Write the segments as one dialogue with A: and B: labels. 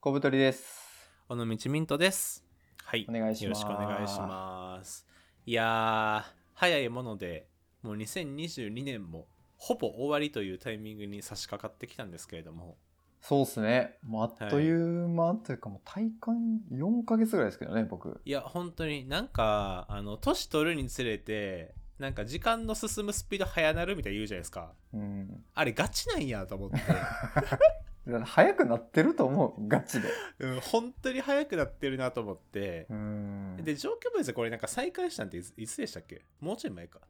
A: 小太りです。
B: 尾道ミントです。はい。
A: お願いします
B: よろしくお願いします。いやー、早いもので、もう2022年もほぼ終わりというタイミングに差し掛かってきたんですけれども、
A: そうですね。もうあっという間というか、もう体感4ヶ月ぐらいですけどね、僕。
B: いや、本当になんか、あの、年取るにつれて、なんか時間の進むスピード早なるみたいに言うじゃないですか。
A: うん。
B: あれガチなんや と思って。
A: だから早くなってると思う、ガチで。
B: うん、本当に早くなってるなと思って
A: う。ん。
B: で、状況別でこれなんか再開したんていついつでしたっけもうちょい前か。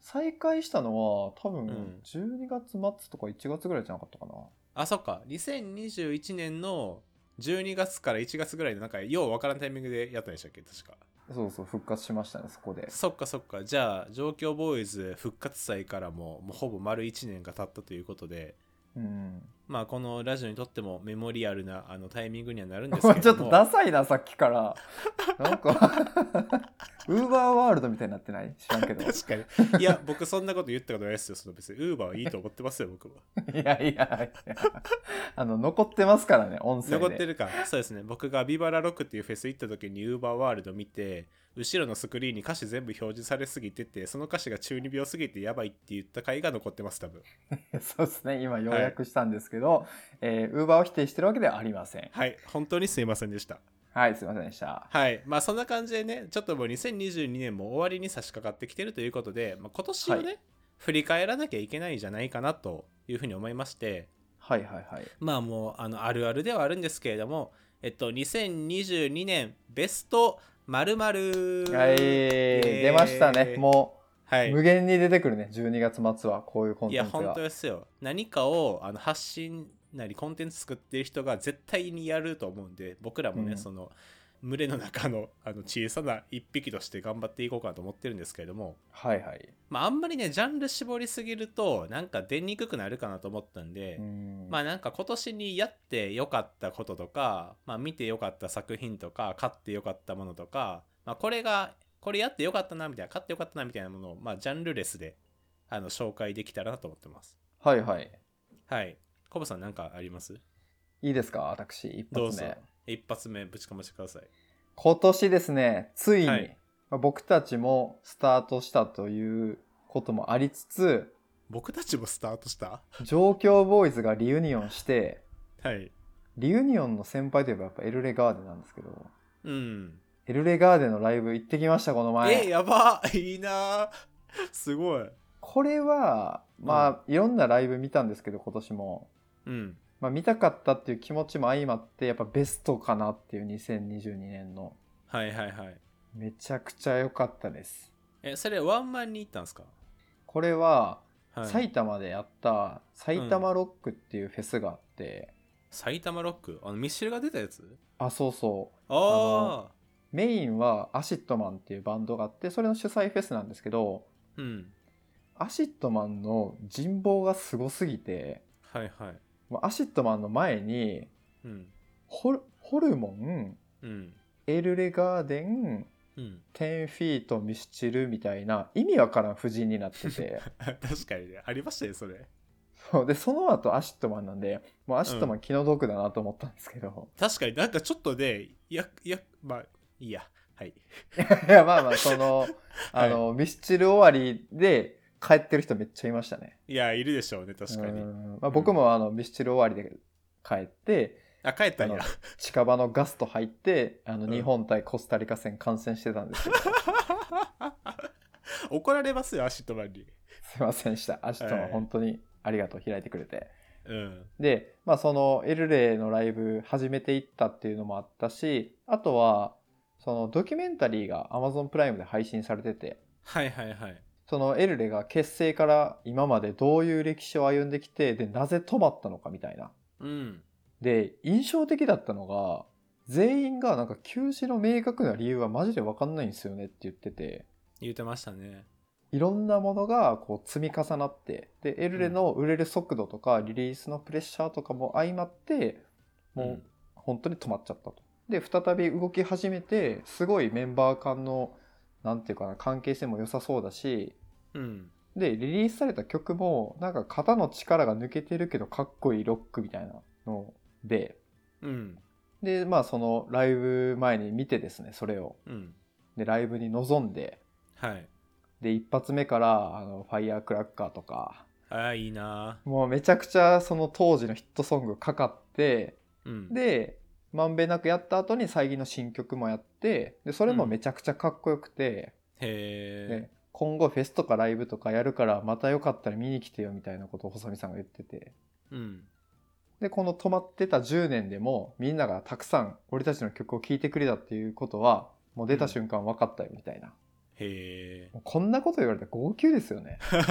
A: 再開したのは多分
B: ん
A: 12月末とか1月ぐらいじゃなかったかな。
B: あ、そっか。2021年の12月から1月ぐらいのなんか、ようわからんタイミングでやったんでしたっけ確か。
A: そうそう、復活しましたね、そこで。
B: そっかそっか。じゃあ、状況ボーイズ復活祭からも、もうほぼ丸1年が経ったということで、
A: うん。
B: まあ、このラジオにとってもメモリアルなあのタイミングにはなるんです
A: ちょ
B: け
A: っ
B: れ
A: と
B: ども。
A: ダサいな、さっきから。 なんか、ウーバーワールドみたいになってない知らんけど。い
B: 確かに。いや、僕そんなこと言ったことないですよ。その別に、ウーバーはいいと思ってますよ、僕は。
A: やいやいや。あの、残ってますからね、音声で。
B: 残ってるかそうですね僕がビバラロックっていうフェス行った時にウーバーワールド見て後ろのスクリーンに歌詞全部表示されすぎててその歌詞が中二病すぎてやばいって言った回が残ってます多分
A: そうですね、今要約したんですけど、えー、ウーバーを否定してるわけではありません。
B: はい本当にすいませんでした
A: はい、すいませんでした。
B: はいまあそんな感じでねちょっともう2022年も終わりに差し掛かってきてるということで、まあ、今年をね、
A: は
B: 振り返らなきゃいけないんじゃないかなというふうに思いまして
A: はいはいはい。
B: まあもうあのあるあるではあるんですけれどもえっと2022年ベスト〇〇
A: はい、出ましたね。も
B: は
A: う、
B: い
A: 無限に出てくるね、12月末はこういうコン
B: い
A: テ
B: や
A: ンツ
B: 本
A: が
B: 当。ですよ何かをあの発信なりコンテンツ作ってる人が絶対にやると思うんで僕らもね、
A: うん
B: その群れの中のあの小さな一匹として頑張っていこうかなと思ってるんですけれども、
A: はいはい。
B: まあ、あんまりねジャンル絞りすぎるとなんか出にくくなるかなと思ったんで、
A: うん
B: まあなんか今年にやってよかったこととか、まあ、見てよかった作品とか買ってよかったものとか、まあ、これがこれやってよかったなみたいな買ってよかったなみたいなものを、まあ、ジャンルレスであの紹介できたらなと思ってます。
A: はいはい。
B: はい。コブさんなんかあります
A: いいですか、私、一
B: どう
A: 発
B: ぞ
A: 目。。
B: 一発目ぶちかましてください。
A: 今年ですね、ついに、
B: はい
A: まあ僕たちもスタートしたということもありつつ、
B: 僕たちもスタートした
A: 上京ボーイズがリユニオンして、
B: はい。
A: リユニオンの先輩といえばやっぱエルレガーデンなんですけど、
B: うん。
A: エルレガーデンのライブ行ってきました、この前。
B: え、やばいいなぁすごい。
A: これは、まあ、いろんなライブ見たんですけど、今年も。
B: うん。
A: まあ、見たかったっていう気持ちも相まって、やっぱベストかなっていう2022年の。
B: はいはいはい。
A: めちゃくちゃ良かったです。
B: え、それワンマンに行ったんですか
A: これは、
B: はい。
A: 埼玉でやった、埼玉ロックっていうフェスがあって、
B: 埼玉ロックあの、ミッシェルが出たやつ
A: あ、そうそう。
B: ああ。
A: メインはアシットマンっていうバンドがあって、それの主催フェスなんですけど、
B: うん。
A: アシットマンの人望がすごすぎて、
B: はいはい。
A: もうアシットマンの前に、
B: うん。
A: ホルホルモン、
B: うん。
A: エルレガーデン、
B: うん。
A: 10フィートミスチルみたいな意味わからん布陣になって て
B: 確かにね。ありましたね、それ。
A: そうでその後アシットマンなんでもうアシットマン気の毒だなと思ったんですけど、
B: 確かになんかちょっとね、いや、いや、まあ、いいや。はい。
A: い やまあまあそのあの、ミスチル終わりで帰ってる人めっちゃいましたね
B: いや、いるでしょうね、確かに
A: う。んまあ、僕もあのミスチル終わりで帰って
B: あ、帰ったん
A: あ
B: や
A: の。近場のガスト入ってあの
B: うん
A: 日本対コスタリカ戦観戦してたんですけ ど、
B: 怒られますよ、アシットマンに。
A: すいませんでしたアシットマ
B: は
A: ン
B: い
A: 本当にありがとう開いてくれて
B: うん。
A: で、まあ、そのエルレイのライブ始めていったっていうのもあったしあとはそのドキュメンタリーが Amazon プライムで配信されてて
B: はいはいはい。
A: そのエルレが結成から今までどういう歴史を歩んできてでなぜ止まったのかみたいな。
B: うん。
A: で印象的だったのが全員がなんか休止の明確な理由はマジで分かんないんですよねって言ってて
B: 言ってましたね。
A: いろんなものがこう積み重なってでエルレの売れる速度とかリリースのプレッシャーとかも相まってもう、
B: うん
A: 本当に止まっちゃったと。で再び動き始めてすごいメンバー間のなんていうかな関係性も良さそうだし
B: うん。
A: でリリースされた曲もなんか肩の力が抜けてるけどかっこいいロックみたいなので
B: うん。
A: でまあそのライブ前に見てですねそれを
B: うん
A: でライブに臨んで
B: はい
A: で一発目からあのファイヤークラッカーとか
B: あーいいな
A: もうめちゃくちゃその当時のヒットソングかかって
B: ーうん
A: でまんべんなくやった後に最近の新曲もやってでそれもめちゃくちゃかっこよくて、
B: へ
A: ね今後フェスとかライブとかやるからまたよかったら見に来てよみたいなことを細見さんが言ってて
B: えうん
A: でこの止まってた10年でもみんながたくさん俺たちの曲を聴いてくれたっていうことはもう出た瞬間分かったよみたいな、
B: へえ
A: もうこんなこと言われたら号泣ですよね
B: 確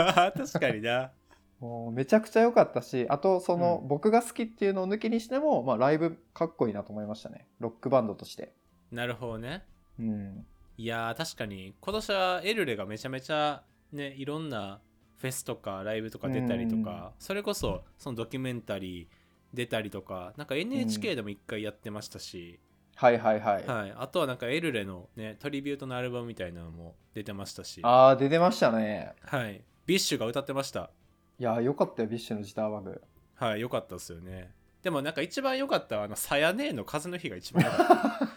B: かにな
A: もうめちゃくちゃ良かったしあとその
B: うん
A: 僕が好きっていうのを抜きにしても、まあ、ライブかっこいいなと思いましたねロックバンドとして
B: なるほどね
A: うん
B: いやー確かに今年はエルレがめちゃめちゃねいろんなフェスとかライブとか出たりとか、それこそそのドキュメンタリー出たりとかなんか NHK でも一回やってましたし、
A: はいはいはい、
B: はい、あとはなんかエルレのねトリビュートのアルバムみたいなのも出てましたし、は
A: ああ出てましたね
B: い、ビッシュが歌ってました
A: いやーよかったよビッシュのギターバグ
B: はい良かったですよねでもなんか一番良かったはあの「さやねえの風の日」が一番良かっ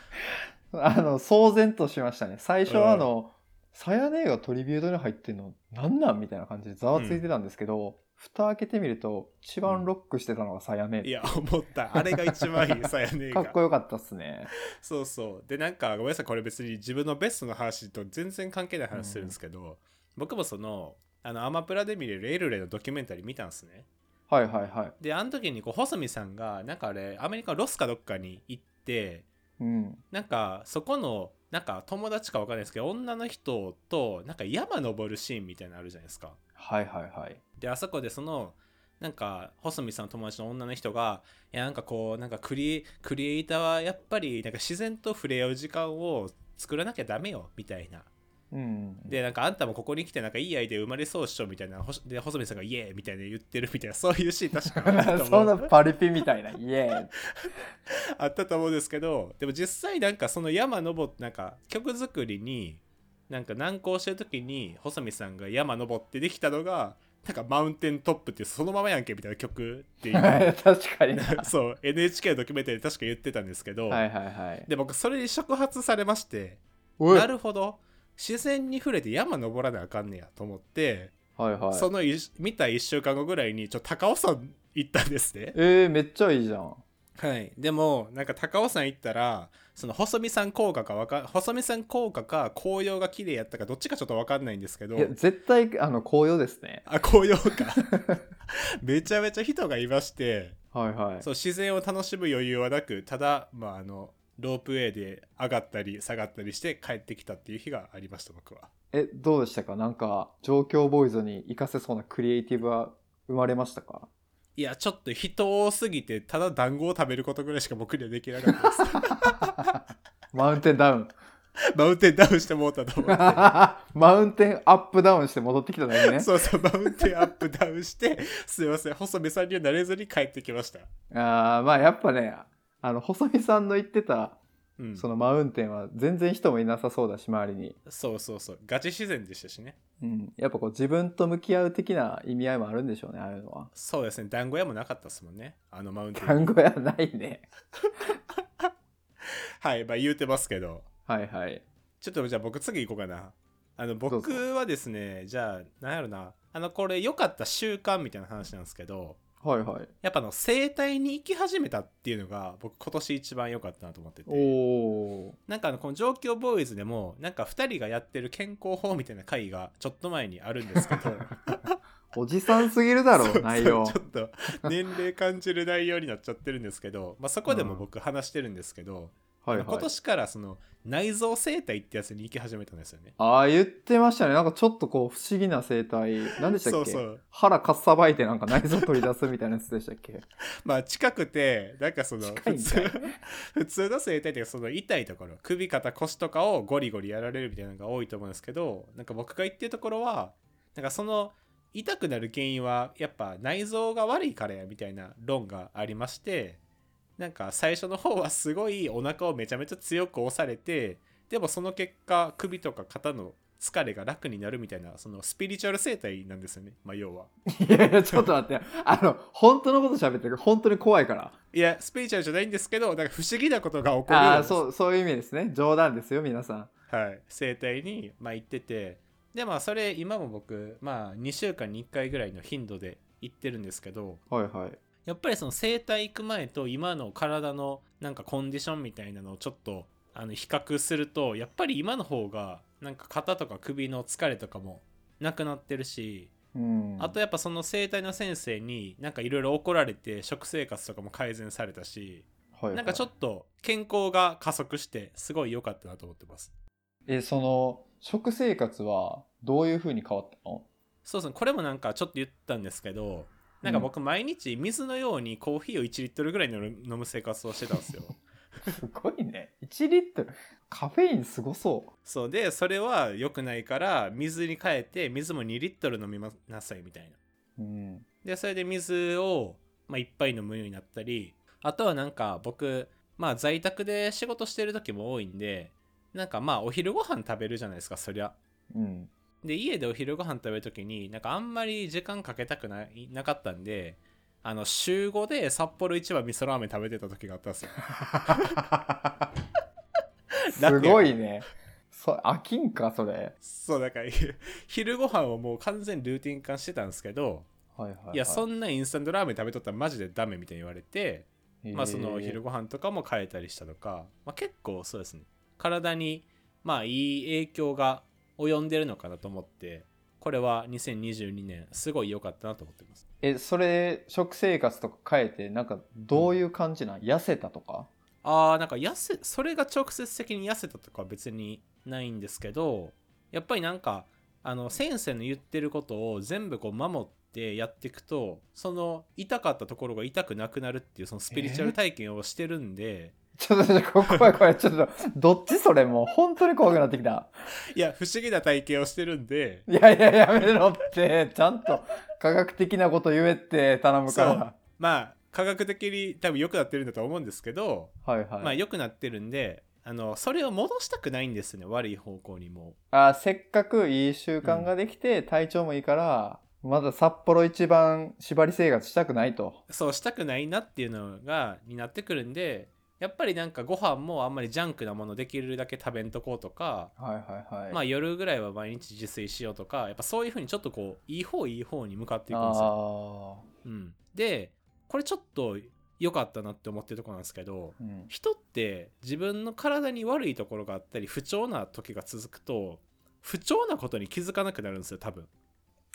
B: た
A: あの騒然としましたね最初はあの、さやねえがトリビュートに入ってんのなんなんみたいな感じでざわついてたんですけど、蓋開けてみると一番ロックしてたのがさやね
B: い
A: え、
B: や思ったあれが一番 いいさやねえ
A: か
B: が
A: っこよかったっすね
B: そうそうでなんかごめんなさいこれ別に自分のベストの話と全然関係ない話するんですけど、僕もそのあのアマプラで見れるエルレのドキュメンタリー見たんですね
A: はいはいはい
B: であの時にこう細見さんがなんかあれアメリカロスかどっかに行って
A: うん
B: なんかそこのなんか友達かわかんないですけど女の人となんか山登るシーンみたいなのあるじゃないですか
A: はいはいはい
B: であそこでそのなんか細見さんの友達の女の人がいやなんかこうなんかクリクリエイターはやっぱりなんか自然と触れ合う時間を作らなきゃダメよみたいな
A: うん
B: でなんかあんたもここに来てなんかいいアイデア生まれそうっしょみたいなほしで細見さんが「イエーイ!」みたいな言ってるみたいなそういうシーン確かにあった と
A: そん
B: 思
A: な
B: う
A: パリピみたいな、イエーイ。
B: あったと思うんですけどでも実際なんかその山登ってなんか曲作りになんか難航してる時に細見さんが山登ってできたのがなんかマウンテントップってそのままやんけみたいな曲っていう
A: 確かにな。
B: そう NHK のドキュメンタリーで確か言ってたんですけど、
A: はいはいはい。
B: で僕それに触発されまして
A: おい
B: なるほど自然に触れて山登らなあかんねやと思って、
A: はいはい。
B: そのい見た1週間後ぐらいにちょっと高尾山行ったんですね、
A: えー、めっちゃいいじゃん。
B: はい、でもなんか高尾山行ったらその細見さん効果かわか細見さん効果か紅葉が綺麗やったかどっちかちょっと分かんないんですけど
A: いや、絶対、あの、紅葉ですね。
B: あ紅葉か めちゃめちゃ人がいまして
A: はいはい。
B: そう自然を楽しむ余裕はなくただ、まあ、あのロープウェイで上がったり下がったりして帰ってきたっていう日がありました僕は
A: え、どうでしたかなんか、状況ボーイズに活かせそうなクリエイティブは生まれましたか
B: いやちょっと人多すぎてただ団子を食べることぐらいしか僕にはできなか ったです
A: マウンテンダウン。
B: マウンテンダウンしてもうたと思って
A: マウンテンアップダウンして戻ってきただけね。
B: そうそうマウンテンアップダウンして すいません細目さんにはなれずに帰ってきました
A: あーまあやっぱね、あの、細見さんの言ってた、
B: うん
A: そのマウンテンは全然人もいなさそうだし、周りに。
B: そうそうそうガチ自然でしたしね
A: うん、やっぱこう自分と向き合う的な意味合いもあるんでしょうねああいうのは
B: そうですね団子屋もなかったですもんねあのマウンテン
A: 単語やないね
B: はいまあ言うてますけど
A: はいはい
B: ちょっとじゃあ僕次行こうかな。あ
A: ど
B: の
A: う
B: 僕
A: ぞ
B: はですね、じゃあなんやろな、あのこれ良かった習慣みたいな話なんですけど、
A: はいはい
B: やっぱあの生態に行き始めたっていうのが僕今年一番良かったなと思って
A: お
B: て、
A: お
B: なんかあのこの状況ボーイズでも、なんか2人がやってる健康法みたいな回がちょっと前にあるんです けど、
A: おじさんすぎるだ
B: そう
A: ろ
B: そう
A: 内容
B: ちょっと年齢感じる内容になっちゃってるんですけど、まあ、そこでも僕話してるんですけど、
A: はいは
B: 今
A: い
B: 年からその内臓生態ってやつに行き始めたんですよね。
A: ああ言ってましたねなんかちょっとこう不思議な生態何でしたっけ
B: そうそう
A: 腹かっさばいてなんか内臓取り出すみたいなやつでしたっけ
B: まあ近くてなんかその
A: 近い
B: 普
A: んかい
B: 通 普通の生態ってその痛いところ首肩腰とかをゴリゴリやられるみたいなのが多いと思うんですけどなんか僕が言ってるところはなんかその痛くなる原因はやっぱ内臓が悪いからやみたいな論がありましてなんか最初の方はすごいお腹をめちゃめちゃ強く押されてでもその結果首とか肩の疲れが楽になるみたいなそのスピリチュアル生態なんですよね、まあ、要はい
A: やいや、ちょっと待って。あの、本当のこと喋ってる本当に怖いから。
B: いやスピリチュアルじゃないんですけどなんか不思議なことが起こる
A: ああ、そう、そういう意味ですね。冗談ですよ、皆さん。
B: はい、整体に、まあ、行っててでまあそれ今も僕、まあ、2週間に1回ぐらいの頻度で行ってるんですけど
A: はいはい。
B: やっぱりその整体行く前と今の体のなんかコンディションみたいなのをちょっとあの比較するとやっぱり今の方がなんか肩とか首の疲れとかもなくなってるし
A: うん。
B: あとやっぱその整体の先生になんかいろいろ怒られて食生活とかも改善されたし
A: はいはい
B: なんかちょっと健康が加速してすごい良かったなと思ってます。
A: え、その、食生活はどういうふうに変わったの
B: そうそうこれもなんかちょっと言ったんですけどなんか僕毎日水のようにコーヒーを1リットルぐらい飲む飲む生活をしてたんですよ
A: すごいね。1リットル。カフェインすごそ
B: そうでそれは良くないから水に変えて水も2リットル飲みなさいみたいな
A: う。うん。
B: でそれで水を、まあ、いっぱい飲むようになったりあとはなんか僕まあ在宅で仕事してる時も多いんでなんかまあお昼ご飯食べるじゃないですかそりゃ
A: うん。
B: で家でお昼ご飯食べる時になんかあんまり時間かけたくないなかったんであの週5で札幌一番味噌ラーメン食べてた時があった んですよ
A: すごいね。そ飽きんか、それ。
B: そうだから昼ご飯をもう完全にルーティン化してたんですけど
A: はいはい、はい。
B: いやそんなインスタントラーメン食べとったらマジでダメみたいに言われてまあそのお
A: へー
B: 昼ご飯とかも変えたりしたとか、まあ、結構そうですね体にまあいい影響が及んでるのかなと思ってこれは2022年すごい良かったなと思ってます
A: えそれ食生活とか変えてなんかどういう感じなん、痩せたとか
B: あーなんか痩せそれが直接的に痩せたとかは別にないんですけどやっぱりなんかあの先生の言ってることを全部こう守ってやっていくとその痛かったところが痛くなくなるっていうそのスピリチュアル体験をしてるんで、
A: ちょっとちょっと怖い怖いちょっとどっちそれもう本当に怖くなってきた
B: いや不思議な体験をしてるんで
A: いやいややめろってちゃんと科学的なこと言えって頼むか
B: まあ科学的に多分良くなってるんだと思うんですけど、
A: らはいはい、
B: まあ良くなってるんであのそれを戻したくないんですね悪い方向にも
A: あーせっかくいい習慣ができて体調もいいから、まだ札幌一番縛り生活したくないと
B: そうしたくないなっていうのがになってくるんでやっぱりなんかご飯もあんまりジャンクなものできるだけ食べんとこうとか、
A: はいはいはい
B: まあ夜ぐらいは毎日自炊しようとかやっぱそういうふうにちょっとこういい方いい方に向かっていくんですよ。
A: あ
B: うん、でこれちょっと良かったなって思ってるところなんですけど
A: ーうん
B: 人って自分の体に悪いところがあったり不調な時が続くと不調なことに気づかなくなるんですよ多分、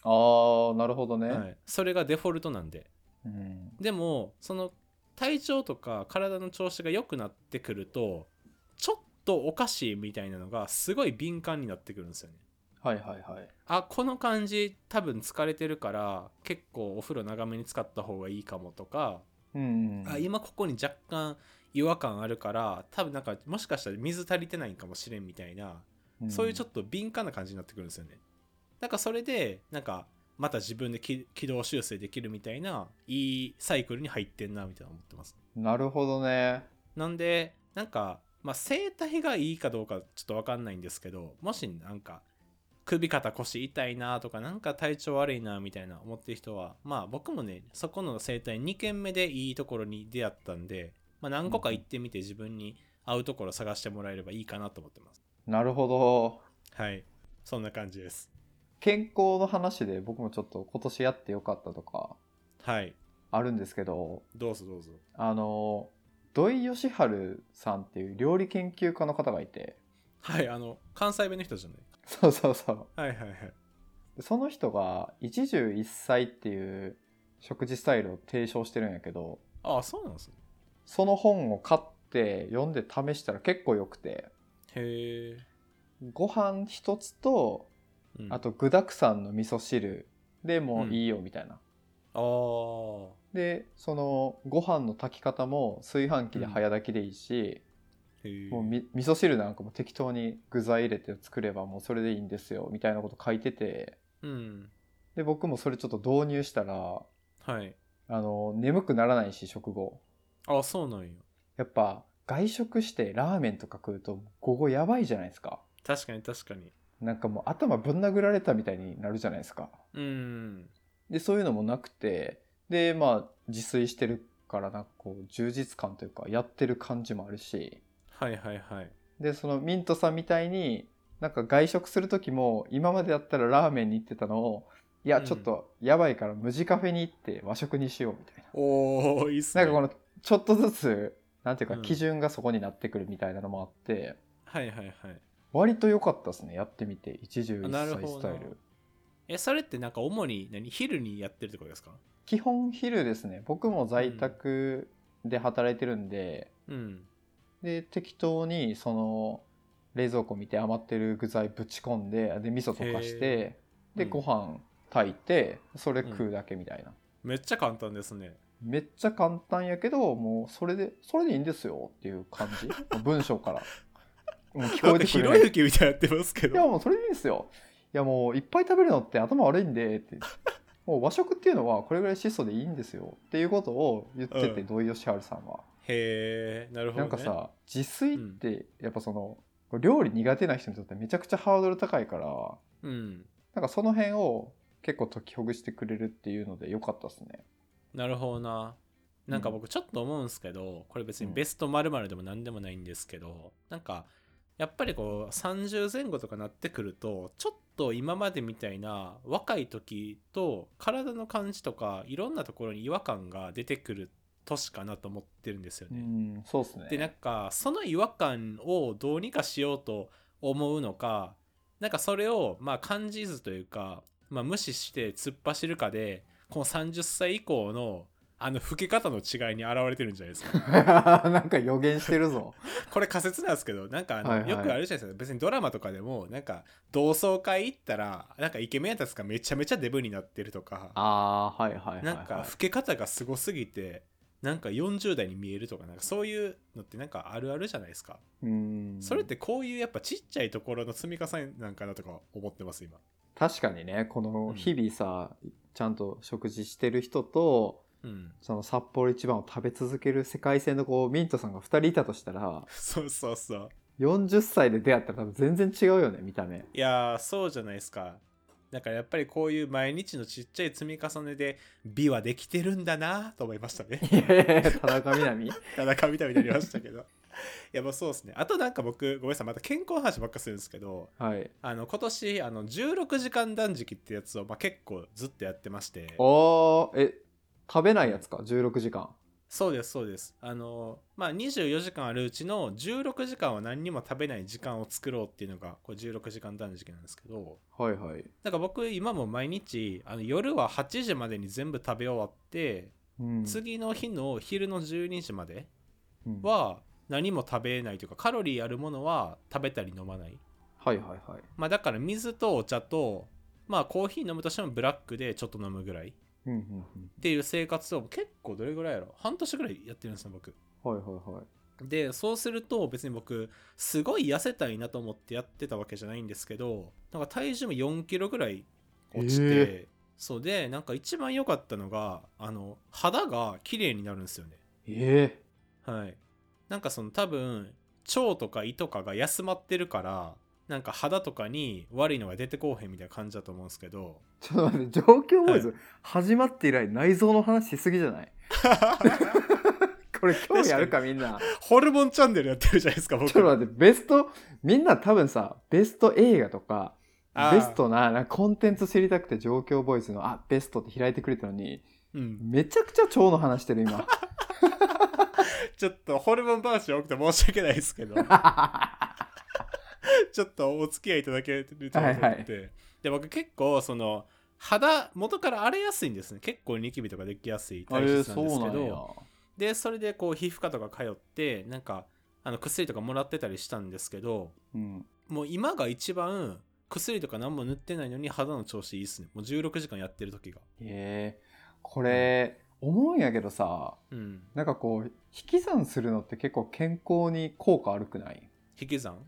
A: あーなるほどね、
B: はい、それがデフォルトなんで。
A: うん、
B: でもその体調とか体の調子が良くなってくるとちょっとおかしいみたいなのがすごい敏感になってくるんですよね。
A: はいはいはい
B: あこの感じ多分疲れてるから結構お風呂長めに使った方がいいかもとか、
A: うんうん
B: あ今ここに若干違和感あるから多分なんかもしかしたら水足りてないんかもしれんみたいなそういうちょ
A: っ
B: っと敏感な感じになってくるんですよね。なんかそれで、なんかまた自分でき軌道修正できるみたいな、いいサイクルに入ってんな、みたいな思ってます。
A: となるほどね
B: なんで、なんか、まあ、整体がいいかどうかちょっとわかんないんですけど、もしなんか、首肩腰痛いなとか、なんか体調悪いなみたいな思ってる人は、まあ僕もね、そこの整体2軒目でいいところに出会ったんで、まあ何個か行ってみて自分に合うところ探してもらえればいいかなと思ってます。
A: なるほど
B: はい。そんな感じです。
A: 健康の話で僕もちょっと今年やってよかったとか
B: はい。
A: あるんですけど
B: どうぞどうぞ。
A: あの土井善晴さんっていう料理研究家の方がいて
B: はい、あの、関西弁の人じゃな
A: そうそうそう
B: い。はいはいはい。
A: でその人が一汁一菜っていう食事スタイルを提唱してるんやけど
B: ああ、そうなんですね。
A: その本を買って読んで試したら結構良くて
B: へえ。
A: ご飯一つと
B: うん
A: あと具沢山の味噌汁でもういいよみたいな、
B: あー
A: でそのご飯の炊き方も炊飯器で早炊きでいいし、
B: へえ。
A: もうみ味噌汁なんかも適当に具材入れて作ればもうそれでいいんですよみたいなこと書いてて
B: うん。
A: で僕もそれちょっと導入したら
B: はい。
A: あの眠くならないし食後
B: ああ、そうなんよ。
A: やっぱ外食してラーメンとか食うと午後やばいじゃないですか
B: 確かに確かに。
A: なんかもう頭ぶん殴られたみたいになるじゃないですか。
B: うん
A: でそういうのもなくてでまあ自炊してるからなんかこう充実感というかやってる感じもあるし
B: はいはいはい
A: でそのミントさんみたいになんか外食する時も今までだったらラーメンに行ってたのをいや
B: うん
A: ちょっとやばいから無地カフェに行って和食にしようみたい
B: おおいいっす
A: な、
B: ね
A: なんかこのちょっとずつなんていうか
B: うん
A: 基準がそこになってくるみたいなのもあって、
B: はいはいはい
A: 割と良かったですねやってみて一汁一
B: あなる
A: 菜
B: ほど
A: スタイル
B: えそれってなんか主に何昼にやってるってことですか
A: 基本昼ですね僕も在宅で働いてるんで、
B: うん
A: で適当にその冷蔵庫見て余ってる具材ぶち込んでで味噌溶かしてで
B: うん
A: ご飯炊いてそれ食うだけみたいな、
B: めっちゃ簡単ですね
A: めっちゃ簡単やけどもうそれでそれでいいんですよっていう感 じ文章からもう聞こえ
B: なんか
A: てく
B: ひ
A: る
B: ろゆきみたいになってますけ
A: いや
B: ど
A: もうそれでいいんですよいやもういっぱい食べるのって頭悪いんでってもう和食っていうのはこれぐらい質素でいいんですよっていうことを言ってて
B: うん
A: 土井善晴さんは。
B: へえなるほど、
A: な
B: ね、
A: んかさ自炊ってやっぱその、料理苦手な人にとってめちゃくちゃハードル高いから
B: うん
A: なんかその辺を結構解きほぐしてくれるっていうので良かったですね
B: なるほどな。なんか僕ちょっと思うんすけど、これ別にベスト〇〇でも何でもないんですけど、なんかやっぱりこう30前後とかなってくると、ちょっと今までみたいな若い時と体の感じとかいろんなところに違和感が出てくる年かなと思ってるんですよ
A: う
B: ね。
A: んそうですね
B: でなんかその違和感をどうにかしようと思うのかなんかそれをまあ感じずというか、まあ、無視して突っ走るかでこの30歳以降のあの老け方の違いに表れてるんじゃないで すか
A: なんか予言してる ぞ
B: これ仮説なんですけどなんかあの、
A: はいはい
B: よくあるじゃないですか別にドラマとかでもなんか同窓会行ったらなんかイケメンやったやつがめちゃめちゃデブになってるとか
A: ああはいはいはい、はい、
B: なんか老け方がすごすぎてなんか40代に見えるとかなんかそういうのってなんかあるあるじゃないですか。
A: うん
B: それってこういうやっぱちっちゃいところの積み重ねなんかなとか思ってます今。
A: 確かにねこ
B: う
A: の
B: ん
A: 日々さ、ちゃんと食事してる人と
B: うん。
A: その札幌一番を食べ続ける世界線のこうミントさんが2人いたとしたら
B: そうそうそう。
A: 40歳で出会ったら多分全然違うよね見た 目
B: いやーそうじゃないですか。だからやっぱりこういう毎日のちっちゃい積み重ねで美はできてるんだなと思いましたね
A: 。いやいやいや田中みな実
B: 田中みたいになりましたけど。いやまあそうですね。あとなんか僕ごめんなさいまた健康の話ばっかするんですけど
A: はい
B: あの今年あの16時間断食ってやつを、まあ、結構ずっとやってまして
A: ああえ食べないやつか16時間
B: そうですそうですあのまあ24時間あるうちの16時間は何にも食べない時間を作ろうっていうのがこれ16時間断食なんですけど
A: はいはい
B: だから僕今も毎日あの夜は8時までに全部食べ終わって、
A: うん
B: 次の日の昼の12時まで
A: うんは
B: は何も食べないというかカロリーあるものは食べたり飲まない
A: いはいはい
B: まあだから水とお茶とまあコーヒー飲むとしてもブラックでちょっと飲むぐらいっ
A: うんうんうん
B: ていう生活を結構どれぐらいやろ半年ぐらいやってるんですね僕
A: はいはいはい
B: でそうすると別に僕すごい痩せたいなと思ってやってたわけじゃないんですけどなんか体重も4キロぐらい落ちて、
A: へ
B: そうでなんか一番良かったのがあの肌が綺麗になるんですよね
A: え
B: はいなんかその多分腸とか胃とかが休まってるからなんか肌とかに悪いのが出てこうへんみたいな感じだと思うんですけど
A: ー、ちょっと待って状況ボーイズ、始まって以来内臓の話しすぎじゃ ないこれ興味あるかみんな
B: ホルモンチャンネルやってるじゃないですか僕
A: ちょっと待ってベストみんな多分さベスト映画とか
B: あー
A: ベストななんかコンテンツ知りたくて状況ボーイズの「あベスト」って開いてくれたのに
B: うん
A: めちゃくちゃ腸の話してる今
B: ちょっとホルモン話多くて申し訳ないで すけどちょっとお付き合いいただけると思って、
A: はいはい
B: で僕結構その肌元から荒れやすいんですね結構ニキビとかできやすい
A: あ
B: 体
A: れ
B: 質な
A: そ
B: んです
A: う
B: け
A: なんや
B: どでそれでこう皮膚科とか通ってなんかあの薬とかもらってたりしたんですけど
A: うん
B: もう今が一番薬とか何も塗ってないのに肌の調子いいっすねもう16時間やってる時が
A: ええこれ、思うんやけどさ
B: うん
A: なんかこう引き算するのって結構健康に効果悪くない
B: 引き算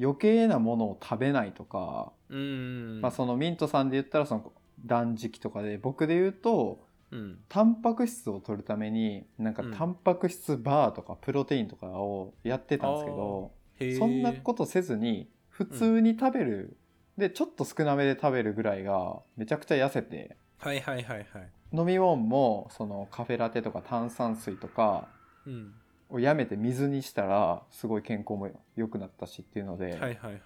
A: 余計なものを食べないとか、
B: うーん
A: まあ、そのミントさんで言ったらその断食とかで僕で言うと
B: うん
A: タンパク質を取るためになんか
B: うん
A: タンパク質バーとかプロテインとかをやってたんですけど、
B: へー
A: そんなことせずに普通に食べるでちょっと少なめで食べるぐらいがめちゃくちゃ痩せて
B: はいはいはいはい。
A: 飲み物もそのカフェラテとか炭酸水とか
B: うん。
A: をやめて水にしたらすごい健康も良くなったしっていうので、
B: はいはいはい。
A: なんか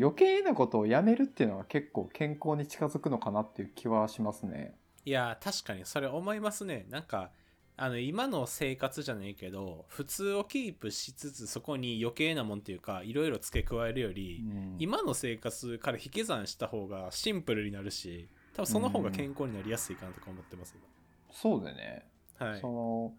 A: 余計なことをやめるっていうのが結構健康に近づくのかなっていう気はしますね。
B: いやー、確かにそれ思いますね。なんか、あの、今の生活じゃないけど、普通をキープしつつ、そこに余計なもんっていうか、いろいろ付け加えるより、
A: うん
B: 今の生活から引き算した方がシンプルになるし、多分その方が健康になりやすいかなとか思ってます。
A: そうだね、
B: 今はい
A: そ。の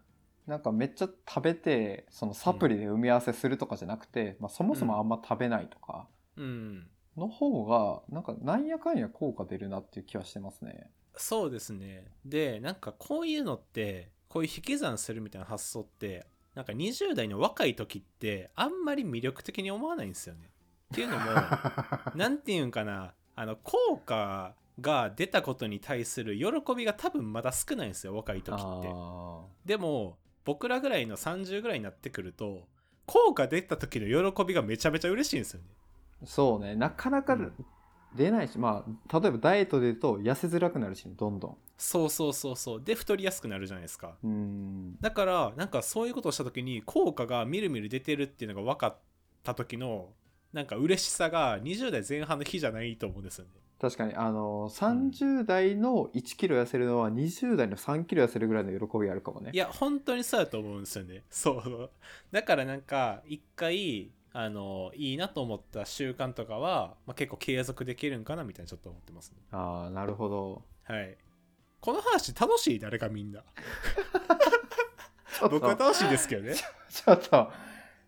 A: なんかめっちゃ食べてそのサプリで埋め合わせするとかじゃなくて、まあ、そもそもあんま食べないとか
B: うん。
A: の方がなんかなんやかんや効果出るなっていう気はしてますね。
B: そうですね。で、なんかこういうのって、こういう引き算するみたいな発想って、なんか20代の若い時って、あんまり魅力的に思わないんですよね。っていうの も、なんていうんかな、あの、効果が出たことに対する喜びが多分まだ少ないんですよ、若い時って。
A: あ
B: でも、僕らぐらいの30ぐらいになってくると、効果出た時の喜びがめちゃめちゃ嬉しいんですよね。
A: ーそうねなかなか
B: うん
A: 出ないし、まあ例えばダイエットで言うと痩せづらくなるしどんど
B: そうそうそうそう。で、太りやすくなるじゃないですか。
A: ん。うん
B: だからなんかそういうことをした時に効果がみるみる出てるっていうのが分かった時のなんか嬉しさが20代前半の日じゃないと思うんですよね
A: 確かにあの30代の1キロ痩せるのは20代の3キロ痩せるぐらいの喜びあるかもね
B: い。や本当にそうだと思うんですよねそうだからなんか一回あのいいなと思った習慣とかは、まあ、結構継続できるんかなみたいなちょっと思ってますね
A: ああなるほど。
B: はいこの話楽しい誰かみんな
A: ちょっと
B: 僕は楽しいですけど ね、
A: ちょっと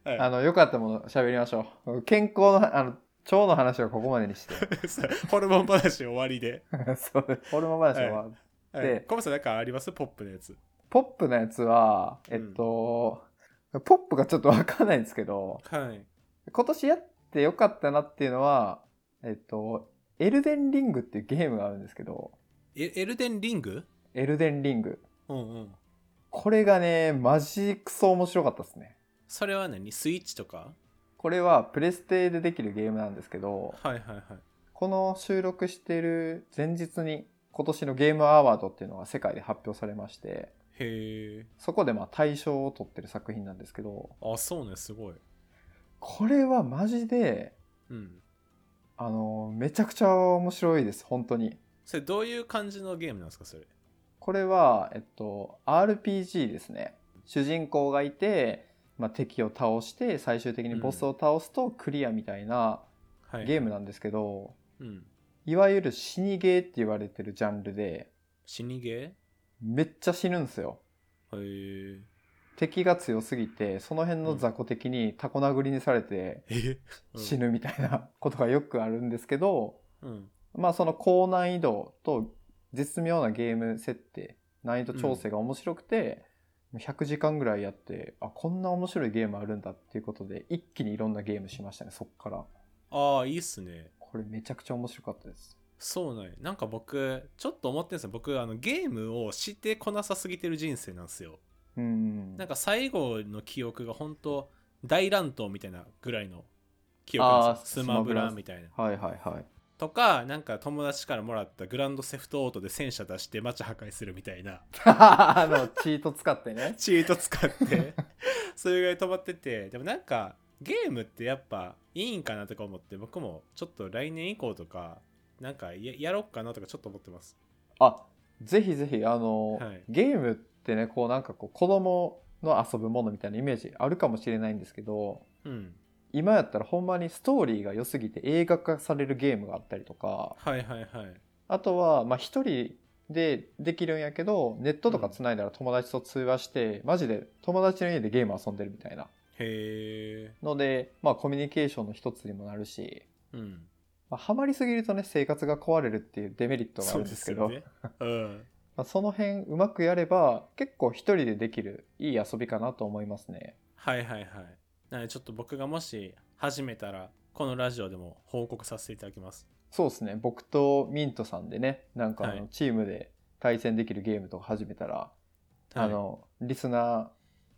B: はい、
A: あの良かったもの喋りましょう。健康のあの腸の話はここまでに して。
B: ホルモン話終わりで、
A: そうホルモン話は、
B: はい
A: で、
B: コムさんなんかありますポップのやつ
A: ポップのやつはえっと、ポップがちょっとわかんないんですけど
B: はい
A: 今年やって良かったなっていうのはえっとエルデンリングっていうゲームがあるんですけど
B: えエルデンリング
A: エルデンリング
B: うんうん
A: これがねマジクソ面白かったですね
B: それは何スイッチとか
A: これはプレステでできるゲームなんですけど
B: はいはいはい
A: この収録してる前日に今年のゲームアワードっていうのが世界で発表されまして
B: へえ
A: そこでまあ大賞を取ってる作品なんですけど
B: あそうねすごい
A: これはマジで
B: うん
A: あのめちゃくちゃ面白いです本当に
B: それどういう感じのゲームなんですかそれ
A: これはえっと RPG ですね主人公がいて、まあ、敵を倒して最終的にボスを倒すとクリアみたいな
B: はい
A: ゲー
B: ム
A: ムなんですけど、
B: うん
A: いわゆる死にゲーって言われてるジャンルで
B: 死にゲ
A: めっちゃ死ぬんですよ
B: ーへ
A: 敵が強すぎてその辺の雑魚敵にタコ殴りにされて
B: ええ
A: 死ぬみたいなことがよくあるんですけど、
B: うん
A: まあその高難易度と絶妙なゲーム設定難易度調整が面白くて、100時間ぐらいやってあこんな面白いゲームあるんだっていうことで一気にいろんなゲームしましたねそっから
B: ああいいっすね
A: これめちゃくちゃ面白かったです
B: そうなんやなんか僕ちょっと思ってんすよ僕あのゲームをしてこなさすぎてる人生なんですよ
A: うん
B: なんか最後の記憶が本当大乱闘みたいなぐらいの記憶なん
A: あー
B: ですよスマブラみたいな
A: はいはい はい
B: とかなんか友達からもらったグランドセフトオートで戦車出して街破壊するみたい な
A: あのチート使ってね
B: チート使ってそれぐらい止まっててでもなんかゲームってやっぱいいんかなとか思って僕もちょっと来年以降とかなんかややろっかなとかちょっと思ってます
A: あぜひぜひあの、
B: はい
A: ゲームってねこうなんかこう子供の遊ぶものみたいなイメージあるかもしれないんですけど
B: うん
A: 今やったらほんまにストーリーが良すぎて映画化されるゲームがあったりとか
B: はいはいはい
A: あとはまあ一人でできるんやけどネットとかつないだら友達と通話して、マジで友達の家でゲーム遊んでるみたいな
B: へえ
A: ので、まあ、コミュニケーションの一つにもなるし、
B: うん
A: まあ、ハマりすぎるとね生活が壊れるっていうデメリットがあ
B: そ
A: る
B: うんで
A: です
B: す
A: けど
B: よねうん
A: まあ、その辺うまくやれば結構一人でできるいい遊びかなと思いますね。
B: はいはいはいなのでちょっと僕がもし始めたらこのラジオでも報告させていただきます
A: そうですね僕とミントさんでねなんかあ
B: は
A: の
B: い
A: チームで対戦できるゲームとか始めたら、
B: はい
A: あのリスナー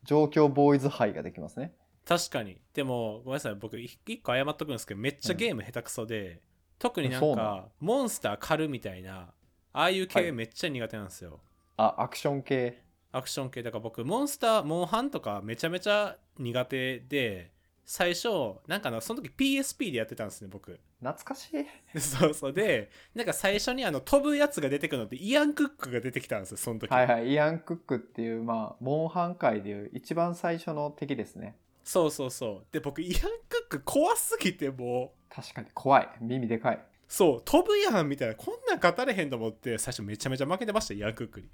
A: 状況ボーイズハイができますね
B: 確かにでもごめんなさい僕一一個謝っとくんですけどめっちゃゲーム下手くそで、特にな
A: そう
B: ん
A: な
B: か
A: の
B: モンスター狩るみたいなああいう
A: は
B: 系
A: い
B: めっちゃ苦手なんですよ、
A: あ、アクション系。
B: アクション系だから僕モンスターモンハンとかめちゃめちゃ苦手で最初なんかあのその時 PSP でやってたんですね僕
A: 懐かしい。
B: そうそうでなんか最初にあの飛ぶやつが出てくるのってイアン・クックが出てきたんですよその時、
A: はいはい。イアン・クックっていう、まあ、モンハン界でいう一番最初の敵ですね。
B: そうそうそうで僕イアン・クック怖すぎてもう
A: 確かに怖い。耳でかい。
B: そう飛ぶやんみたいなこんなん勝たれへんと思って最初めちゃめちゃ負けてましたイアン・クッ クに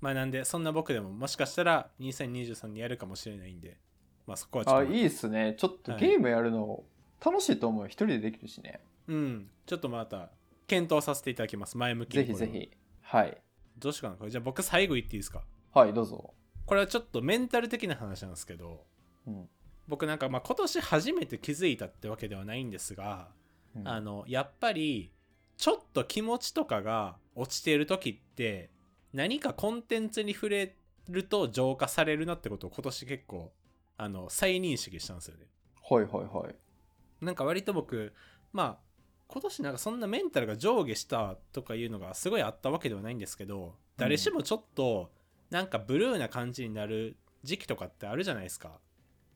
B: まあなんでそんな僕でももしかしたら2023にやるかもしれないんでまあそこはちょっ
A: あ、
B: とまた
A: いいっすね。ちょっと
B: はい
A: ゲームやるの楽しいと思う。一人でできるしね。
B: うん、ちょっとまた検討させていただきます。前向きに
A: ぜ
B: これ
A: ひ
B: は
A: ぜ。ひ。はい。
B: どうしようかな。これじゃあ僕最後言っていいですか。
A: はい、どうぞ。
B: これはちょっとメンタル的な話なんですけど、
A: うん。
B: 僕なんかまあ今年初めて気づいたってわけではないんですが、
A: うん
B: あの、やっぱりちょっと気持ちとかが落ちている時って何かコンテンツに触れると浄化されるなってことを今年結構あの再認識したんですよね。
A: はいはいはい。
B: なんか割と僕まあ今年なんかそんなメンタルが上下したとかいうのがすごいあったわけではないんですけど誰しもちょっとなんかブルーな感じになる時期とかってあるじゃないですか。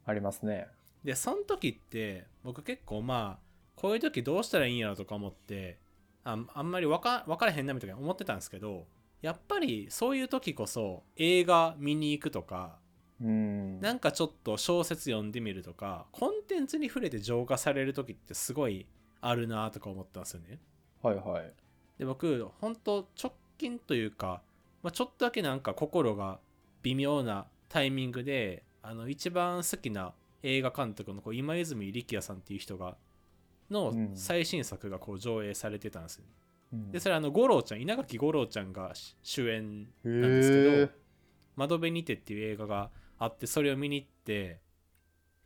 A: ありますね。
B: でその時って僕結構まあこういう時どうしたらいいんやろとか思ってああんまり分か分からへんなみたいな思ってたんですけどやっぱりそういう時こそ映画見に行くとか
A: うん。
B: なんかちょっと小説読んでみるとかコンテンツに触れて浄化される時ってすごいあるなとか思ったんですよね。
A: はいはい。
B: で僕本当直近というか、まあ、ちょっとだけなんか心が微妙なタイミングであの一番好きな映画監督のこう今泉力也さんっていう人がの
A: うん
B: 最新作がこう上映されてたんですよ、
A: うん
B: でそれあの五郎ちゃん稲垣吾郎ちゃんが主演
A: へ
B: なんですけど
A: え。
B: 「窓辺にて」っていう映画があってそれを見に行って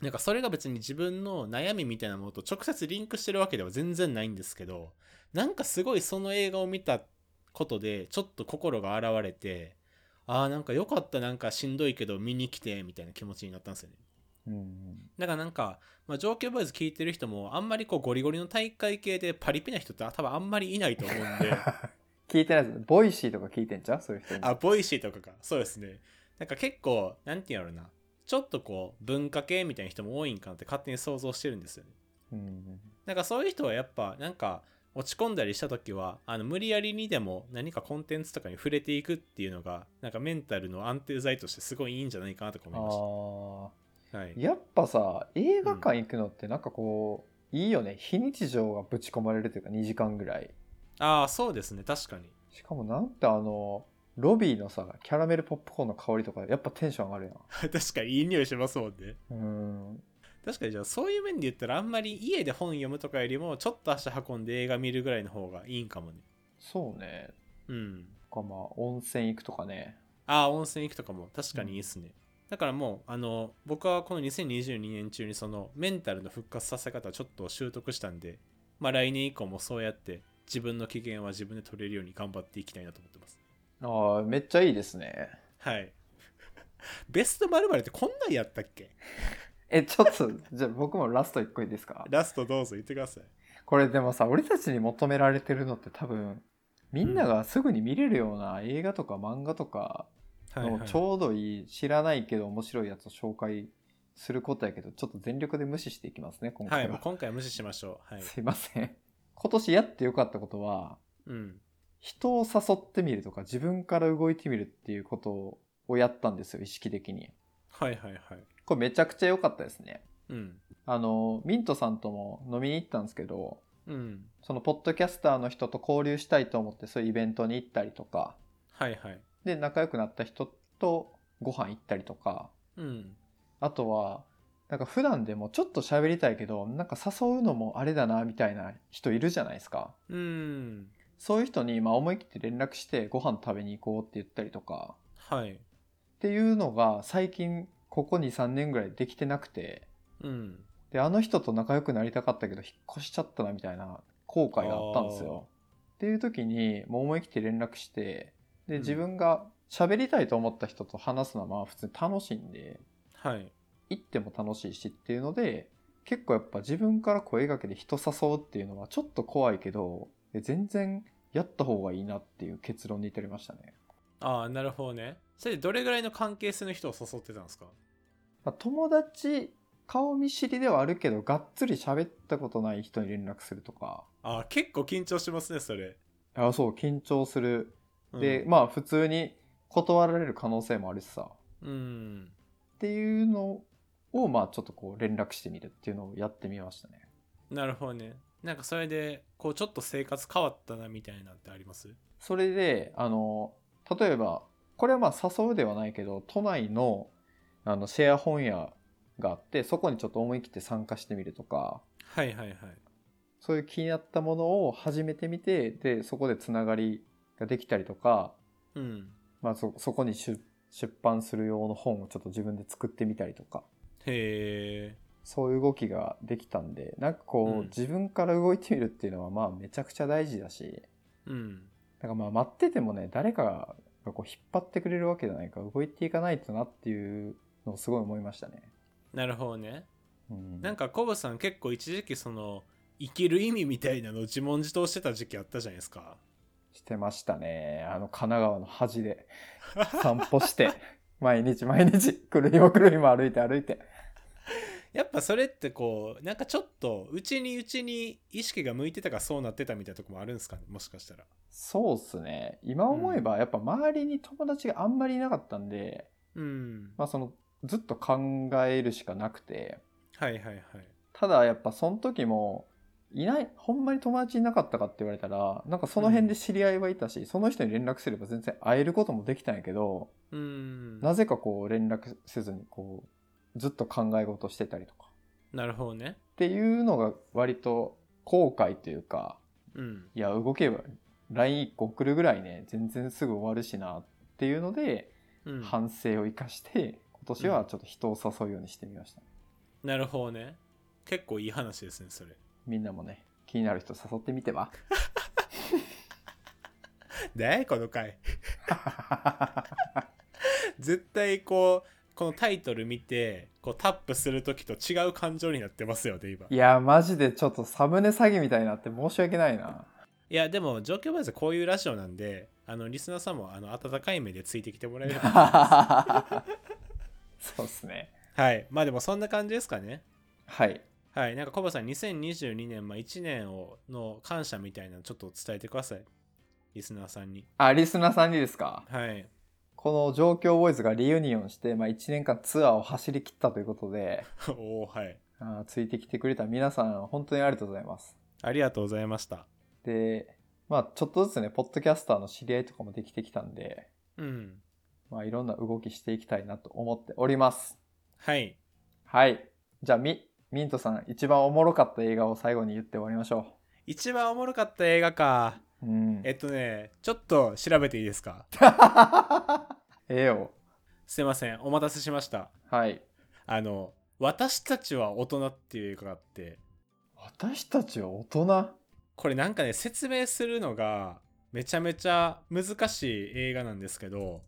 B: なんかそれが別に自分の悩みみたいなものと直接リンクしてるわけでは全然ないんですけどなんかすごいその映画を見たことでちょっと心が洗われてああなんか良かったなんかしんどいけど見に来てみたいな気持ちになったんですよね。
A: うん。
B: だからなんか、まあ、上級ボーイズ聞いてる人もあんまりこうゴリゴリの大会系でパリピな人って多分あんまりいないと思うんで。
A: 聞いてないです。ボイシーとか聞いてんじゃんそういう人に。
B: あ、ボイシーとかか。そうですね。なんか結構、なんていうんやろな。ちょっとこう、文化系みたいな人も多いんかなって勝手に想像してるんですよね。
A: うん。
B: なんかそういう人はやっぱ、なんか、落ち込んだりした時は、あの、無理やりにでも何かコンテンツとかに触れていくっていうのが、なんかメンタルの安定剤としてすごいいいんじゃないかなとか
A: あ
B: 思いまし
A: ー
B: た。はい。
A: やっぱさ、映画館行くのってなんかこう、いいよね。非日常がぶち込まれるというか2時間ぐらい。
B: ああ、そうですね。確かに。
A: しかもなんてあの、ロビーのさ、キャラメルポップコーンの香りとか、やっぱテンション上がるやん。
B: 確かにいい匂いしますもんね。
A: うん。
B: 確かにじゃあそういう面で言ったらあんまり家で本読むとかよりもちょっと足運んで映画見るぐらいの方がいいんかもね。
A: そうね。
B: うん。
A: とかまあ、温泉行くとかね。
B: ああ、温泉行くとかも確かにいいっすね。だからもう、あの、僕はこの2022年中にそのメンタルの復活させ方ちょっと習得したんで、まあ来年以降もそうやって自分の機嫌は自分で取れるように頑張っていきたいなと思ってます。
A: ああ、めっちゃいいですね。
B: はい。 ベスト〇〇ってこんなんやったっけ
A: え、ちょっと、 じゃあ僕もラスト1個いいですか
B: ラストどうぞ言ってください。
A: これでもさ俺たちに求められてるのって多分みんながすぐに見れるような映画とか漫画とか
B: はい、
A: のちょうどいい知らないけど面白いやつを紹介することやけどちょっと全力で無視していきますね今
B: は
A: 回
B: い。もう
A: は、
B: 今回は無視しましょう。はい。
A: すいません今年やってよかったことは
B: うん。
A: 人を誘ってみるとか自分から動いてみるっていうことをやったんですよ意識的に
B: はいはいはい。
A: これめちゃくちゃ良かったですね
B: うん。
A: あのミントさんとも飲みに行ったんですけど
B: うん。
A: そのポッドキャスターの人と交流したいと思ってそういうイベントに行ったりとか
B: はいはい。
A: で仲良くなった人とご飯行ったりとか
B: うん。
A: あとはなんか普段でもちょっと喋りたいけどなんか誘うのもあれだなみたいな人いるじゃないですか
B: うん。
A: そういう人にまあ思い切って連絡してご飯食べに行こうって言ったりとか
B: はい。
A: っていうのが最近ここ23年ぐらいできてなくて
B: うん。
A: であの人と仲良くなりたかったけど引っ越しちゃったなみたいな後悔があったんですよ。っていう時にもう思い切って連絡して
B: うん
A: で自分が喋りたいと思った人と話すのはまあ普通に楽しいんで
B: はい。
A: 行っても楽しいしっていうので結構やっぱ自分から声かけて人誘うっていうのはちょっと怖いけどえ全然やった方がいいなっていう結論に至りましたね、
B: ああなるほどねそれでどれぐらいの関係性の人を誘ってたんですか
A: まあ、友達顔見知りではあるけどがっつり喋ったことない人に連絡するとか
B: ああ結構緊張しますねそれ、
A: あそう緊張する
B: うん、
A: で、まあ普通に断られる可能性もあるしさ
B: うん
A: っていうのをまあちょっとこう連絡してみるっていうのをやってみましたね
B: なるほどねなんかそれでこうちょっと生活変わったなみたいなってあります
A: それであの例えばこれはまあ誘うではないけど都内のあのシェア本屋があってそこにちょっと思い切って参加してみるとか
B: はいはいはい
A: そういう気になったものを始めてみてでそこでつながりができたりとか、
B: うん
A: まあ、そそこに出出版する用の本をちょっと自分で作ってみたりとか
B: へえ
A: そういう動きができたんでなんかこう、
B: うん
A: 自分から動いてみるっていうのはまあめちゃくちゃ大事だし
B: うん
A: なんかまあ待っててもね誰かがこう引っ張ってくれるわけじゃないから動いていかないとなっていうのをすごい思いましたね。
B: なるほどね
A: うん、
B: なんかコブさん結構一時期その生きる意味みたいなのを自問自答してた時期あったじゃないですか
A: してましたねあの神奈川の端で散歩して 毎日毎日くるりもくるりも歩いて歩いて
B: やっぱそれってこうなんかちょっとうちにうちに意識が向いてたからそうなってたみたいなとこもあるんですかねもしかしたら
A: そうっすね今思えばやっぱ周りに友達があんまりいなかったんで、
B: うん
A: まあ、そのずっと考えるしかなくて
B: はいはいはい
A: ただやっぱその時もいないほんまに友達いなかったかって言われたらなんかその辺で知り合いはいたし、その人に連絡すれば全然会えることもできたんやけど、
B: うん
A: なぜかこう連絡せずにこうずっと考え事してたりとか
B: なるほどね
A: っていうのが割と後悔というか
B: うん
A: いや動けば LINE1 個送るぐらいね全然すぐ終わるしなっていうので、
B: うん
A: 反省を生かして今年はちょっと人を誘うようにしてみました、
B: なるほどね結構いい話ですねそれ
A: みんなもね気になる人誘ってみては
B: でこの回 絶対こうこのタイトル見てこうタップする時と違う感情になってますよね今
A: いやマジでちょっとサムネ詐欺みたいになって申し訳ない ない
B: やでも状況バイスこういうラジオなんであのリスナーさんもあの温かい目でついてきてもらえる
A: そうっすね
B: はいまあでもそんな感じですかね
A: はい
B: はいなんかコバさん2022年、まあ、1年をの感謝みたいなのちょっと伝えてくださいリスナーさんに
A: あリスナーさんにですか
B: はい
A: この状況ボーイズがリユニオンして、まあ、1年間ツアーを走り切ったということで
B: おおはい
A: あーついてきてくれた皆さん本当にありがとうございます
B: ありがとうございました
A: でまあちょっとずつねポッドキャスターの知り合いとかもできてきたんで、
B: うん
A: まあ、いろんな動きしていきたいなと思っております
B: はい
A: はいじゃあミミントさん一番おもろかった映画を最後に言って終わりましょ
B: 一番おもろかった映画か
A: ううん
B: えっとねちょっと調べていいですか
A: ええよ
B: すいませんお待たせしました
A: はい
B: あの「私たちは大人」っていう映画があって
A: 私たちは大人
B: これなんかね説明するのがめちゃめちゃ難しい映画なんですけど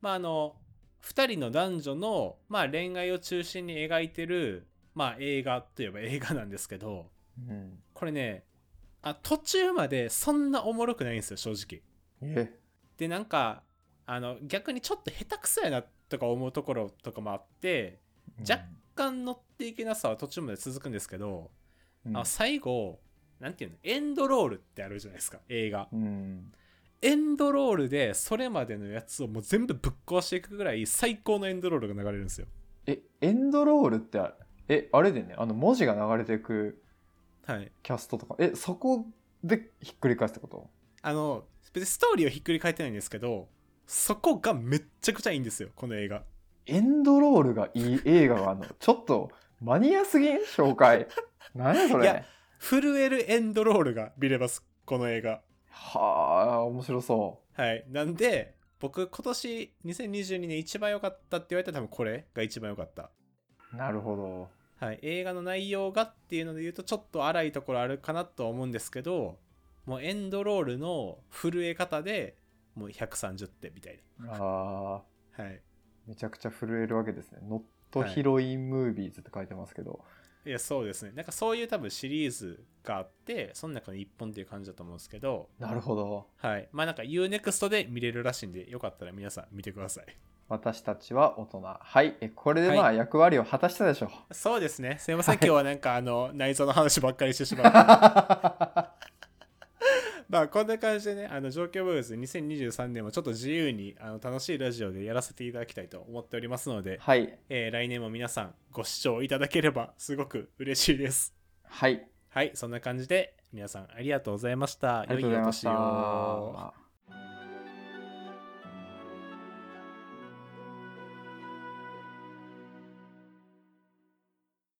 B: まああの2人の男女の、まあ、恋愛を中心に描いてる、まあ、映画といえば映画なんですけど
A: うん
B: これねあ途中までそんなおもろくないんですよ正直。
A: え
B: でなんかあの逆にちょっと下手くそやなとか思うところとかもあってじゃ若干乗っていけなさは途中まで続くんですけど、
A: うん
B: あ最後なんていうのエンドロールってあるじゃないですか映画
A: うん
B: エンドロールでそれまでのやつをもう全部ぶっ壊していくぐらい最高のエンドロールが流れるんですよ
A: えエンドロールってあえあれでねあの文字が流れていく
B: はい
A: キャストとかえそこでひっくり返すってこと
B: あの別にストーリーをひっくり返ってないんですけどそこがめっちゃくちゃいいんですよこの映画
A: エンドロールがいい映画が あるのちょっとマニアすぎん紹介何やそ
B: い
A: れ
B: や震えるエンドロールが見れますこの映画
A: はあ面白そ
B: はい。なんで、僕、今年2022年一番良かったって言われたら多分これが一番良かった。
A: うなるほど
B: はい。映画の内容がっていうので言うと、ちょっと荒いところあるかなとは思うんですけど、もうエンドロールの震え方で、もう130点みたい
A: あー
B: な。はい。
A: めちゃくちゃ震えるわけですね「ノットヒロインムービーズ」って書いてますけど、
B: いやそうですねなんかそういう多分シリーズがあってその中の一本っていう感じだと思うんですけど
A: なるほど。
B: はいまあなんか UNEXT で見れるらしいんでよかったら皆さん見てください
A: 私たちは大人。はい。えこれでま
B: は
A: あ役割を果たしたで しょう。
B: そうですねすいません今日はなんかあの内臓の話ばっかりしてしまう まあこんな感じでねあの状況ブーズ2023年もちょっと自由にあの楽しいラジオでやらせていただきたいと思っておりますので、
A: はい。
B: えー来年も皆さんご視聴いただければすごく嬉しいです
A: はい。
B: はいそんな感じで皆さんありがとうございました
A: ありがとうございました。
B: 良お年を